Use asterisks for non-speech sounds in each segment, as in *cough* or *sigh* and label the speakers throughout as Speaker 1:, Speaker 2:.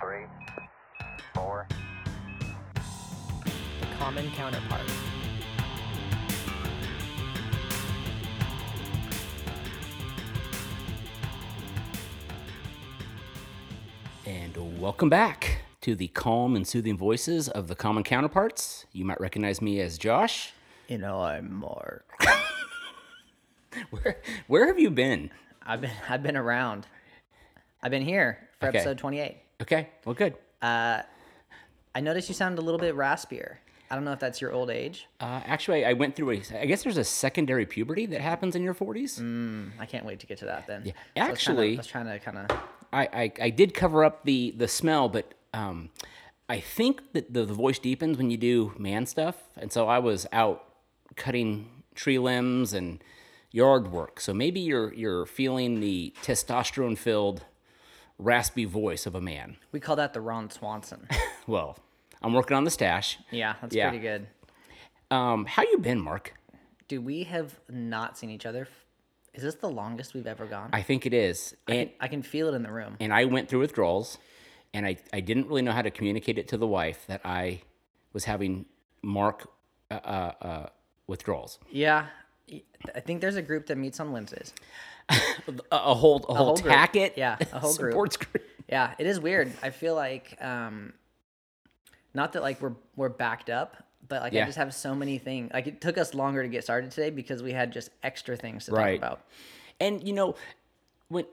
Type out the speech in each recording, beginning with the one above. Speaker 1: three, four.
Speaker 2: the common counterpart.
Speaker 3: And welcome back to the calm and soothing voices of the common counterparts. You might recognize me as Josh. *laughs*
Speaker 4: And I'm Mark.
Speaker 3: Where, where have you been?
Speaker 4: I've been *laughs* I've been around. I've been here for
Speaker 3: Okay.
Speaker 4: episode 28.
Speaker 3: Okay, well, good.
Speaker 4: I noticed you sound a little bit raspier. I don't know if that's your old age.
Speaker 3: Uh, actually, I went through a, I guess there's a secondary puberty that happens in your 40s.
Speaker 4: I can't wait to get to that then. Yeah.
Speaker 3: Actually-
Speaker 4: I was trying to kind of
Speaker 3: I, I, I did cover up the, the smell, but um, I think that the, the voice deepens when you do man stuff. And so I was out cutting tree limbs and yard work. So maybe you're, you're feeling the testosterone filled, raspy voice of a man.
Speaker 4: we call that the Ron
Speaker 3: *laughs*
Speaker 4: Swanson.
Speaker 3: Well, I'm working on the stash.
Speaker 4: Yeah, that's
Speaker 3: Yeah.
Speaker 4: pretty good.
Speaker 3: Um, how you been, Mark?
Speaker 4: Dude, we have not seen each other. f- Is this the longest we've ever gone?
Speaker 3: I think it is. And
Speaker 4: I can feel it in the room.
Speaker 3: and I went through withdrawals and I, I didn't really know how to communicate it to the wife that I was having Mark uh, uh, uh, withdrawals.
Speaker 4: Yeah. y- I think there's a group that meets on Wednesdays.
Speaker 3: A, a whole a whole,
Speaker 4: whole group.
Speaker 3: tacket.
Speaker 4: Yeah, a
Speaker 3: *laughs*
Speaker 4: whole group.
Speaker 3: sports group.
Speaker 4: Yeah, it is weird. I feel like um not that like we're we're backed up, but like
Speaker 3: Yeah.
Speaker 4: I just have so many things. Like it took us longer to get started today because we had just extra things to
Speaker 3: Right.
Speaker 4: talk about.
Speaker 3: And you know, when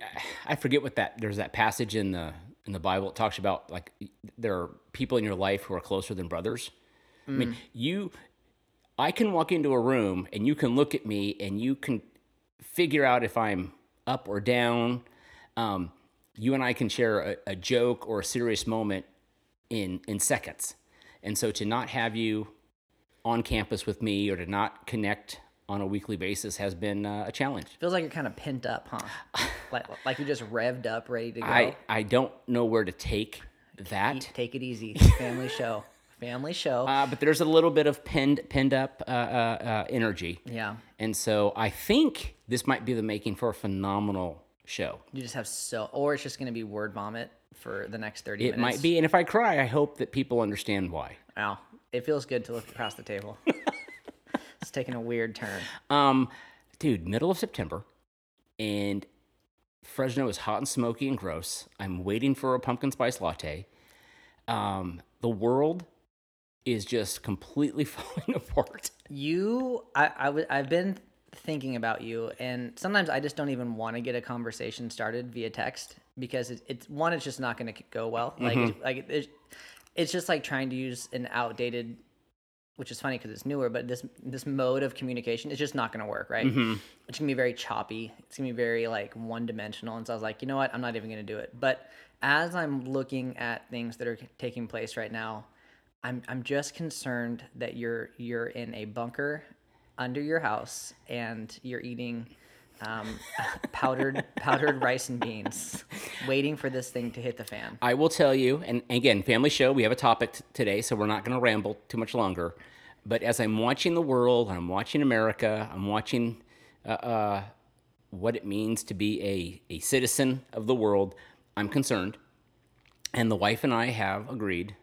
Speaker 3: I forget what that there's that passage in the in the Bible it talks about like there are people in your life who are closer than brothers. I mean, you I can walk into a room and you can look at me and you can figure out if I'm up or down. Um, you and I can share a, a joke or a serious moment in in seconds. And so to not have you on campus with me or to not connect on a weekly basis has been uh, a challenge.
Speaker 4: Feels like you're kind of pent up,
Speaker 3: *laughs*
Speaker 4: huh? like like you just revved up, ready to go.
Speaker 3: I, I don't know where to take that.
Speaker 4: Take it
Speaker 3: *laughs*
Speaker 4: easy. Family show. Family show.
Speaker 3: Uh, but there's a little bit of pinned pinned up uh, uh, uh, energy,
Speaker 4: yeah.
Speaker 3: and so I think this might be the making for a phenomenal show.
Speaker 4: You just have so or it's just going to be word vomit for the next 30
Speaker 3: It
Speaker 4: minutes.
Speaker 3: might be, and if I cry, I hope that people understand why.
Speaker 4: Wow. It feels good to look across the
Speaker 3: *laughs*
Speaker 4: table. it's taking a weird turn.
Speaker 3: Um, dude, middle of September, and Fresno is hot and smoky and gross. I'm waiting for a pumpkin spice latte. Um, the world is just completely *laughs* falling apart.
Speaker 4: You, I, I w- I've been thinking about you, and sometimes I just don't even want to get a conversation started via text because it's, it's one, it's just not going to go well. Like, it's, like it's, it's just like trying to use an outdated, which is funny because it's newer, but this this mode of communication is just not going to work, right?
Speaker 3: Mm-hmm.
Speaker 4: It's gonna be very choppy. It's gonna be very like one dimensional. And so I was like, you know what? I'm not even gonna do it. But as I'm looking at things that are taking place right now, I'm I'm just concerned that you're you're in a bunker under your house and you're eating um, *laughs* powdered powdered rice and beans, waiting for this thing to hit the fan.
Speaker 3: I will tell you, and again, family show, we have a topic t- today, so we're not going to ramble too much longer. But as I'm watching the world, I'm watching America, I'm watching uh, uh, what it means to be a, a citizen of the world, I'm concerned. And the wife and I have agreed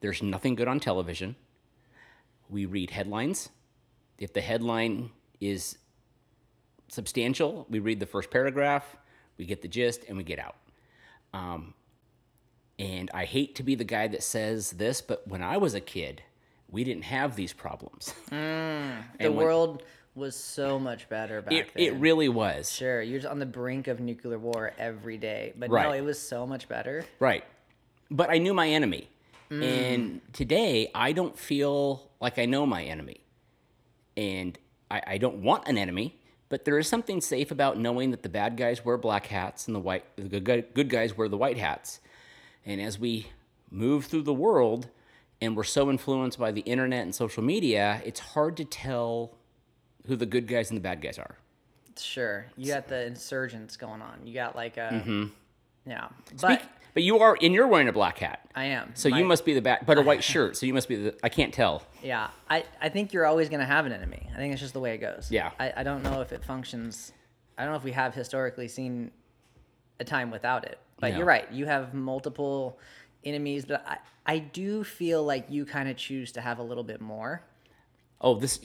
Speaker 3: there's nothing good on television. We read headlines. If the headline is substantial, we read the first paragraph, we get the gist, and we get out. And I hate to be the guy that says this, but when I was a kid, we didn't have these problems.
Speaker 4: The world was so much better back
Speaker 3: it,
Speaker 4: then.
Speaker 3: it really was.
Speaker 4: Sure, you're just on the brink of nuclear war every day, but no,
Speaker 3: Right.
Speaker 4: it was so much better.
Speaker 3: Right. But I knew my enemy. And today, I don't feel like I know my enemy. And I, I don't want an enemy, but there is something safe about knowing that the bad guys wear black hats and the, white, the good, guy- good guys wear the white hats. And as we move through the world and we're so influenced by the internet and social media, it's hard to tell who the good guys and the bad guys are.
Speaker 4: Sure, you got the insurgents going on. You got like a
Speaker 3: Mm-hmm.
Speaker 4: yeah, but
Speaker 3: But you are, and you're wearing a black hat.
Speaker 4: I am.
Speaker 3: So
Speaker 4: My-
Speaker 3: you must be the back, but a white shirt. So you must be the, I can't tell.
Speaker 4: yeah. I I think you're always gonna have an enemy. I think it's just the way it goes.
Speaker 3: Yeah.
Speaker 4: I I don't know if it functions. I don't know if we have historically seen a time without it. But
Speaker 3: No.
Speaker 4: you're right. You have multiple enemies, but I, I do feel like you kind of choose to have a little bit more.
Speaker 3: Oh, this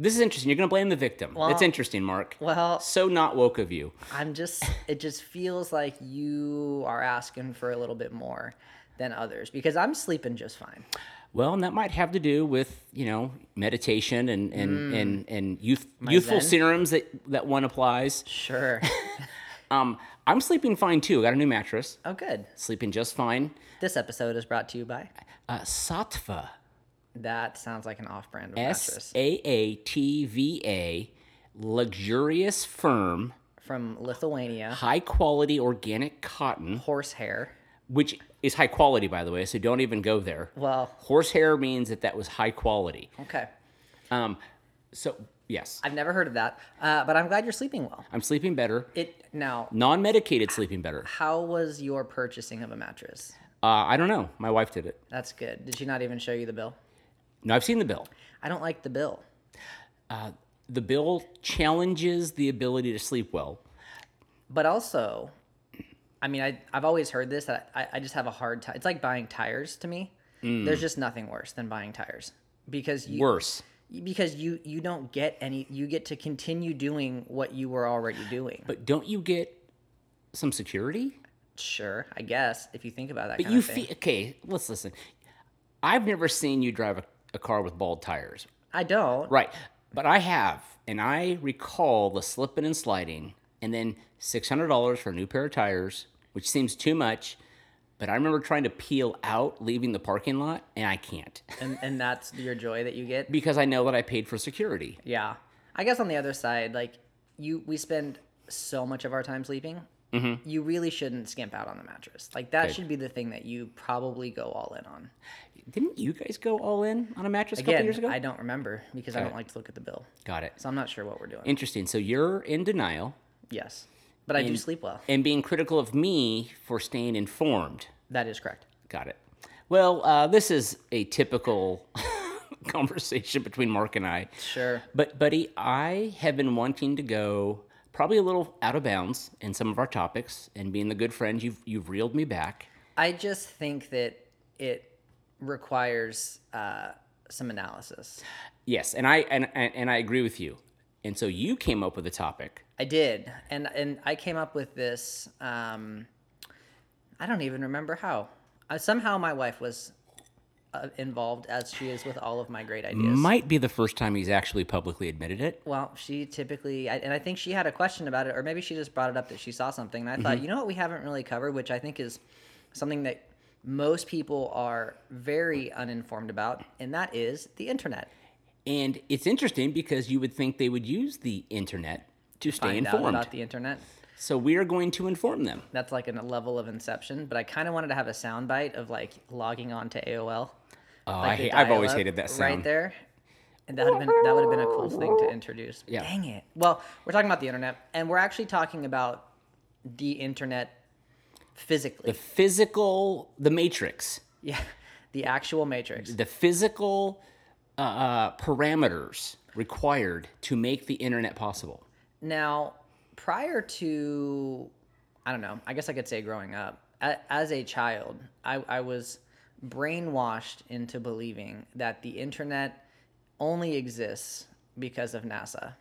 Speaker 3: this is interesting. You're going to blame the victim. That's interesting, Mark.
Speaker 4: well-
Speaker 3: so not woke of you.
Speaker 4: I'm just it just feels like you are asking for a little bit more than others because I'm sleeping just fine.
Speaker 3: Well, and that might have to do with you know meditation and and and, and youth, youthful
Speaker 4: Mm. Zen?
Speaker 3: serums that that one applies.
Speaker 4: Sure.
Speaker 3: Um, I'm sleeping fine too. I got a new mattress,
Speaker 4: *laughs* oh good.
Speaker 3: sleeping just fine.
Speaker 4: This episode is brought to you by
Speaker 3: Uh, Sattva,
Speaker 4: That sounds like an off-brand mattress
Speaker 3: S A A T V A, luxurious, firm,
Speaker 4: from Lithuania.
Speaker 3: high quality organic cotton,
Speaker 4: Horsehair.
Speaker 3: which is high quality by the way. So don't even go there.
Speaker 4: Well,
Speaker 3: Horsehair means that that was high quality.
Speaker 4: okay.
Speaker 3: Um, so yes,
Speaker 4: I've never heard of that, uh, but I'm glad you're sleeping well.
Speaker 3: I'm sleeping better.
Speaker 4: It now.
Speaker 3: Non-medicated sleeping better.
Speaker 4: How was your purchasing of a mattress?
Speaker 3: Uh, I don't know. My wife did it.
Speaker 4: That's good. Did she not even show you the bill?
Speaker 3: No, I've seen the bill.
Speaker 4: I don't like the bill.
Speaker 3: The bill challenges the ability to sleep well.
Speaker 4: But also, I mean, I, I've always heard this that I, I just have a hard time. It's like buying tires to me.
Speaker 3: Mm.
Speaker 4: There's just nothing worse than buying tires because you
Speaker 3: Worse.
Speaker 4: because you you don't get any. You get to continue doing what you were already doing.
Speaker 3: But don't you get some security?
Speaker 4: sure, I guess if you think about that.
Speaker 3: But
Speaker 4: kind
Speaker 3: you
Speaker 4: of thing.
Speaker 3: feel okay. Let's listen. I've never seen you drive a, a car with bald tires,
Speaker 4: I don't.
Speaker 3: right? But I have, and I recall the slipping and sliding, and then six hundred dollars for a new pair of tires, which seems too much. But I remember trying to peel out, leaving the parking lot, and I can't *laughs*
Speaker 4: And and that's your joy that you get.
Speaker 3: because I know that I paid for security.
Speaker 4: Yeah. I guess on the other side, like you, we spend so much of our time sleeping.
Speaker 3: Mm-hmm.
Speaker 4: You really shouldn't skimp out on the mattress. Like that should be the thing that you probably go all in on.
Speaker 3: Didn't you guys go all in on a mattress a couple
Speaker 4: Again,
Speaker 3: years ago?
Speaker 4: I don't remember because I
Speaker 3: Got
Speaker 4: don't
Speaker 3: it.
Speaker 4: like to look at the bill,
Speaker 3: Got it.
Speaker 4: so I'm not sure what we're doing.
Speaker 3: Interesting. So you're in denial
Speaker 4: yes, but I do
Speaker 3: And-
Speaker 4: sleep well.
Speaker 3: and being critical of me for staying informed.
Speaker 4: That is correct.
Speaker 3: Got it. Well, uh, this is a typical *laughs* conversation between Mark and I.
Speaker 4: Sure.
Speaker 3: But, buddy, I have been wanting to go probably a little out of bounds in some of our topics, and being the good friend you've you've reeled me back.
Speaker 4: I just think that it requires uh, some analysis.
Speaker 3: Yes, and I and, and and I agree with you. And so you came up with a topic.
Speaker 4: I did, and and I came up with this. Um, I don't even remember how. Uh, somehow my wife was uh, involved, as she is with all of my great ideas.
Speaker 3: Might be the first time he's actually publicly admitted it.
Speaker 4: well, she typically, I, and I think she had a question about it, or maybe she just brought it up that she saw something, and I thought, you know what, we haven't really covered, which I think is something that most people are very uninformed about, and that is the internet.
Speaker 3: And it's interesting because you would think they would use the internet to stay
Speaker 4: Find out
Speaker 3: informed.
Speaker 4: about the internet.
Speaker 3: so we are going to inform them.
Speaker 4: That's like a level of inception, but I kind of wanted to have a soundbite of like logging on to AOL.
Speaker 3: Oh,
Speaker 4: like
Speaker 3: I
Speaker 4: the
Speaker 3: hate, I've always
Speaker 4: dial-up
Speaker 3: hated that sound.
Speaker 4: right there. And that would have been that would have been a cool thing to introduce.
Speaker 3: Yeah.
Speaker 4: Dang it. Well, we're talking about the internet, and we're actually talking about the internet physically.
Speaker 3: The physical, the matrix,
Speaker 4: *laughs* yeah, the actual matrix.
Speaker 3: the physical uh, uh, parameters required to make the internet possible.
Speaker 4: Now, prior to, I don't know, I guess I could say growing up, a- as a child, I, I was brainwashed into believing that the internet only exists because of NASA.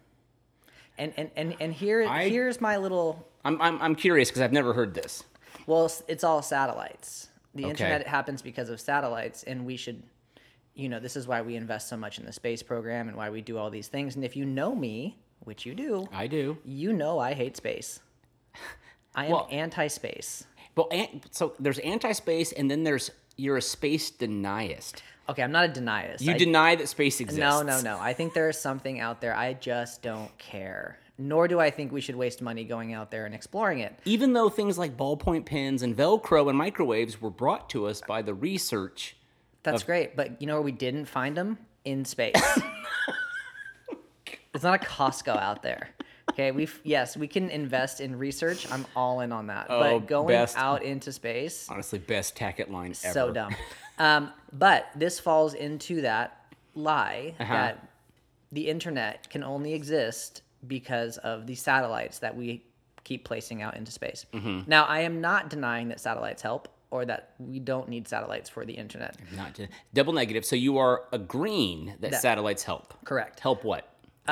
Speaker 4: And, and, and, and here,
Speaker 3: I-
Speaker 4: here's my little
Speaker 3: I'm, I'm, I'm curious because I've never heard this.
Speaker 4: well, it's- it's all satellites. The
Speaker 3: Okay.
Speaker 4: internet happens because of satellites, and we should, you know, this is why we invest so much in the space program and why we do all these things. And if you know me, which you do,
Speaker 3: I do.
Speaker 4: you know I hate space. I am
Speaker 3: Well-
Speaker 4: anti-space.
Speaker 3: Well, an- so there's anti-space, and then there's you're a space deniist.
Speaker 4: Okay, I'm not a denier.
Speaker 3: You deny that space exists.
Speaker 4: No, no, no. I think there is something out there. I just don't care. Nor do I think we should waste money going out there and exploring it.
Speaker 3: even though things like ballpoint pens and Velcro and microwaves were brought to us by the research,
Speaker 4: That's great, but you know where we didn't find them? In
Speaker 3: *laughs*
Speaker 4: space. it's not a Costco out there. Okay, we have yes, we can invest in research. I'm all in on that.
Speaker 3: Oh,
Speaker 4: but going
Speaker 3: best-
Speaker 4: out into space,
Speaker 3: honestly, best tacket line ever.
Speaker 4: so dumb. Um, but this falls into that lie
Speaker 3: Uh-huh.
Speaker 4: that the internet can only exist because of the
Speaker 3: Mm-hmm.
Speaker 4: satellites that we keep placing out into space. Now, I am not denying that satellites help. or that we don't need satellites for the internet.
Speaker 3: Not to, double negative. So you are agreeing that,
Speaker 4: That-
Speaker 3: satellites help.
Speaker 4: Correct.
Speaker 3: Help what?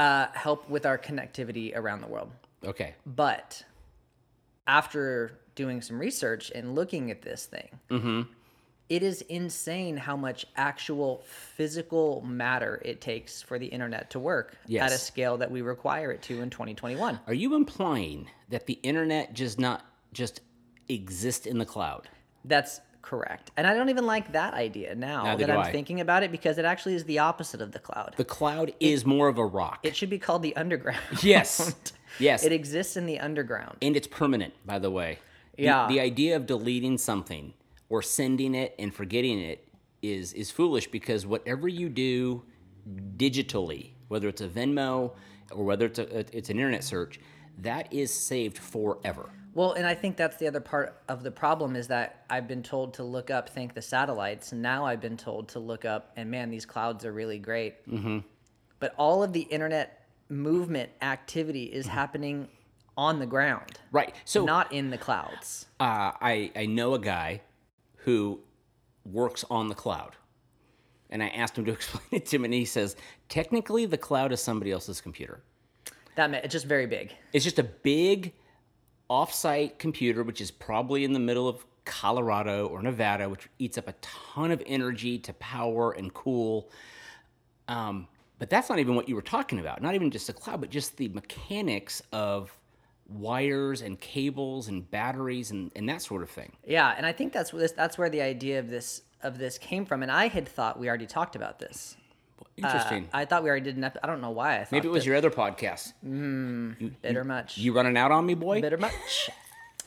Speaker 4: Uh, help with our connectivity around the world.
Speaker 3: Okay.
Speaker 4: But after doing some research and looking at this thing,
Speaker 3: Mm-hmm.
Speaker 4: it is insane how much actual physical matter it takes for the internet to work at a
Speaker 3: Yes.
Speaker 4: scale that we require it to in 2021.
Speaker 3: Are you implying that the internet just not just exist in the cloud?
Speaker 4: That's correct. And I don't even like that idea now
Speaker 3: Neither
Speaker 4: that
Speaker 3: do
Speaker 4: I'm
Speaker 3: I.
Speaker 4: thinking about it because it actually is the opposite of the cloud.
Speaker 3: The cloud is more of a rock.
Speaker 4: it should be called the underground.
Speaker 3: *laughs*
Speaker 4: *laughs*
Speaker 3: yes. Yes.
Speaker 4: It exists in the underground.
Speaker 3: and it's permanent, by the way. The-
Speaker 4: Yeah.
Speaker 3: The, idea of deleting something or sending it and forgetting it is is foolish because whatever you do digitally, whether it's a Venmo or whether it's a, it's an internet search, that is saved forever.
Speaker 4: Well, and I think that's the other part of the problem is that I've been told to look up thank the satellites. And now I've been told to look up, and man, these clouds are really great. Mm-hmm. But all of the internet movement activity is happening on the ground,
Speaker 3: Right. Mm-hmm. So
Speaker 4: not in the clouds.
Speaker 3: uh, I, I know a guy who works on the cloud. And I asked him to *laughs* explain it to him, and he says, technically, the cloud is somebody else's computer.
Speaker 4: That ma- it's just very big.
Speaker 3: It's just a big offsite computer, which is probably in the middle of Colorado or Nevada, which eats up a ton of energy to power and cool. Um, but that's not even what you were talking about. Not even just the cloud, but just the mechanics of wires and cables and batteries and, and that sort of thing.
Speaker 4: Yeah, and I think that's where this, that's where the idea of this of this came from. And I had thought we already talked about this.
Speaker 3: Interesting.
Speaker 4: Uh, I thought we already did an episode. I don't know why I thought
Speaker 3: Mm. Maybe it was your other podcast.
Speaker 4: bitter much.
Speaker 3: You running out on me, boy?
Speaker 4: bitter much.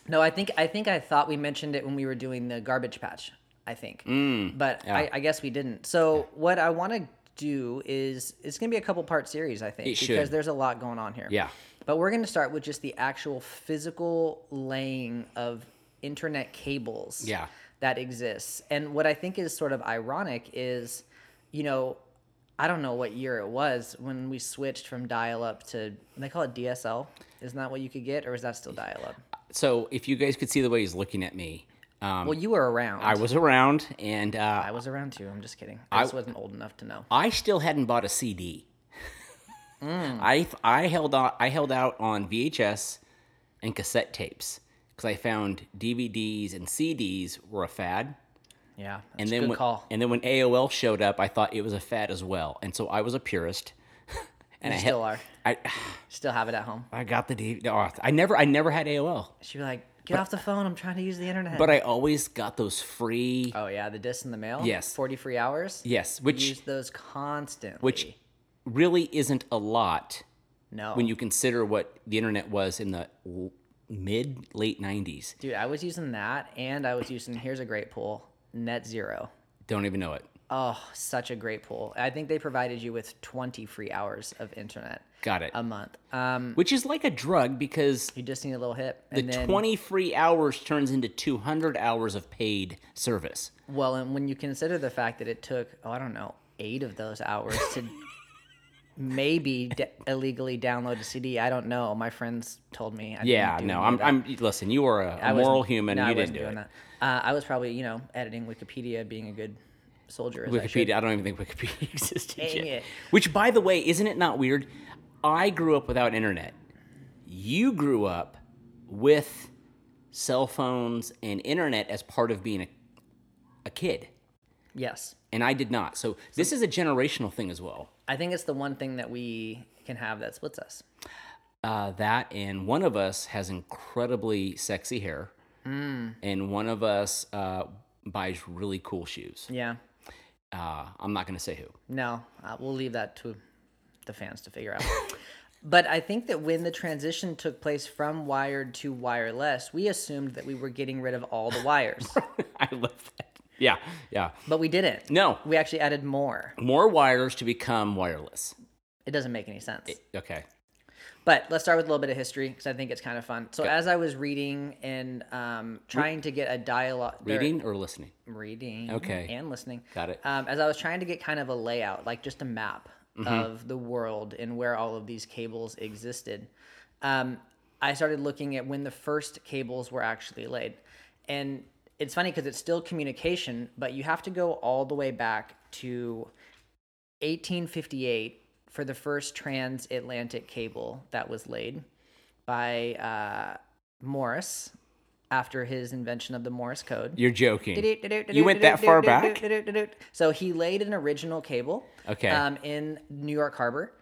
Speaker 4: No, I think I think I thought we mentioned it when we were doing the garbage patch. I think,
Speaker 3: Mm,
Speaker 4: but I, I guess we didn't. So what I want to do is it's going to be a couple part series. I think
Speaker 3: It should.
Speaker 4: because there's a lot going on here.
Speaker 3: Yeah.
Speaker 4: but we're going to start with just the actual physical laying of internet cables.
Speaker 3: Yeah.
Speaker 4: that exists, and what I think is sort of ironic is, you know. I don't know what year it was when we switched from dial up to they call it DSL. Isn't that what you could get, or is that still dial up?
Speaker 3: So if you guys could see the way he's looking at me, um,
Speaker 4: Well, you were around.
Speaker 3: I was around and uh,
Speaker 4: I was around too. I'm just kidding. I, just wasn't old enough to know.
Speaker 3: I still hadn't bought a CD.
Speaker 4: Mm.
Speaker 3: I I held on I held out on VHS and cassette tapes because I found DVDs and CDs were a fad.
Speaker 4: Yeah, that's
Speaker 3: And
Speaker 4: a
Speaker 3: then
Speaker 4: good
Speaker 3: when,
Speaker 4: call.
Speaker 3: and then when AOL showed up, I thought it was a fad as well, and so I was a purist. *laughs*
Speaker 4: You
Speaker 3: and I had-
Speaker 4: still are.
Speaker 3: I *sighs*
Speaker 4: Still have it at home.
Speaker 3: I got the DVD. Oh, I never I never had AOL,
Speaker 4: She'd be like, "Get off the phone. I'm trying to use the internet."
Speaker 3: but I always got those free.
Speaker 4: oh yeah, the disc in the mail.
Speaker 3: Yes.
Speaker 4: forty free hours.
Speaker 3: yes, which
Speaker 4: use those constantly.
Speaker 3: which really isn't a lot
Speaker 4: no,
Speaker 3: when you consider what the internet was in the l- mid late 90s
Speaker 4: dude, I was using that, and I was using here's a great pool, net zero.
Speaker 3: don't even know it
Speaker 4: Oh, such a great pool. I think they provided you with twenty free hours of internet
Speaker 3: got it
Speaker 4: a month. Um,
Speaker 3: which is like a drug because
Speaker 4: you just need a little hip.
Speaker 3: the
Speaker 4: and then,
Speaker 3: 20 free hours turns into 200 hours of paid service
Speaker 4: Well, and when you consider the fact that it took, oh, I don't know, eight of those hours
Speaker 3: *laughs*
Speaker 4: to maybe d illegally download a CD, I don't know. My friends told me. I
Speaker 3: yeah
Speaker 4: didn't do
Speaker 3: no
Speaker 4: any
Speaker 3: I'm,
Speaker 4: of that.
Speaker 3: I'm listen you are a,
Speaker 4: I
Speaker 3: a
Speaker 4: wasn't-
Speaker 3: moral human
Speaker 4: no, I
Speaker 3: you didn't
Speaker 4: wasn't
Speaker 3: do
Speaker 4: doing
Speaker 3: it
Speaker 4: that. Uh, I was probably, you know, editing Wikipedia, being a good soldier. As I should.
Speaker 3: wikipedia I, don't even think wikipedia *laughs* existed
Speaker 4: Dang
Speaker 3: yet.
Speaker 4: it.
Speaker 3: which by the way isn't it not weird i grew up without internet you grew up with cell phones and internet as part of being a, a kid
Speaker 4: Yes.
Speaker 3: and I did not. So this is a generational thing as well.
Speaker 4: I think it's the one thing that we can have that splits us.
Speaker 3: Uh, that and one of us has incredibly sexy hair,
Speaker 4: Hmm.
Speaker 3: and one of us uh, buys really cool shoes.
Speaker 4: Yeah.
Speaker 3: Uh, I'm not going to say who. *laughs*
Speaker 4: No, uh, we'll leave that to the fans to figure out. but I think that when the transition took place from wired to wireless, we assumed that we were getting rid of all the wires,
Speaker 3: *laughs* I love that. Yeah, yeah.
Speaker 4: but we didn't.
Speaker 3: No,
Speaker 4: We actually added more.
Speaker 3: more wires to become wireless.
Speaker 4: It doesn't make any sense.
Speaker 3: Okay.
Speaker 4: But let's start with a little bit of history because I think it's kind of fun. So, as I was reading and um, trying to get a dialogue,
Speaker 3: Reading or listening?
Speaker 4: reading
Speaker 3: Okay.
Speaker 4: and listening
Speaker 3: Got it.
Speaker 4: um, as i was trying to get kind of a layout like just a map
Speaker 3: Mm-hmm.
Speaker 4: of the world and where all of these cables existed um, i started looking at when the first cables were actually laid and it's funny because it's still communication, but you have to go all the way back to 1858 for the first transatlantic cable that was laid by uh, Morris after his invention of the Morris code.
Speaker 3: You're joking. You went that far back?
Speaker 4: So he laid an original cable
Speaker 3: Okay.
Speaker 4: um, in New York Harbor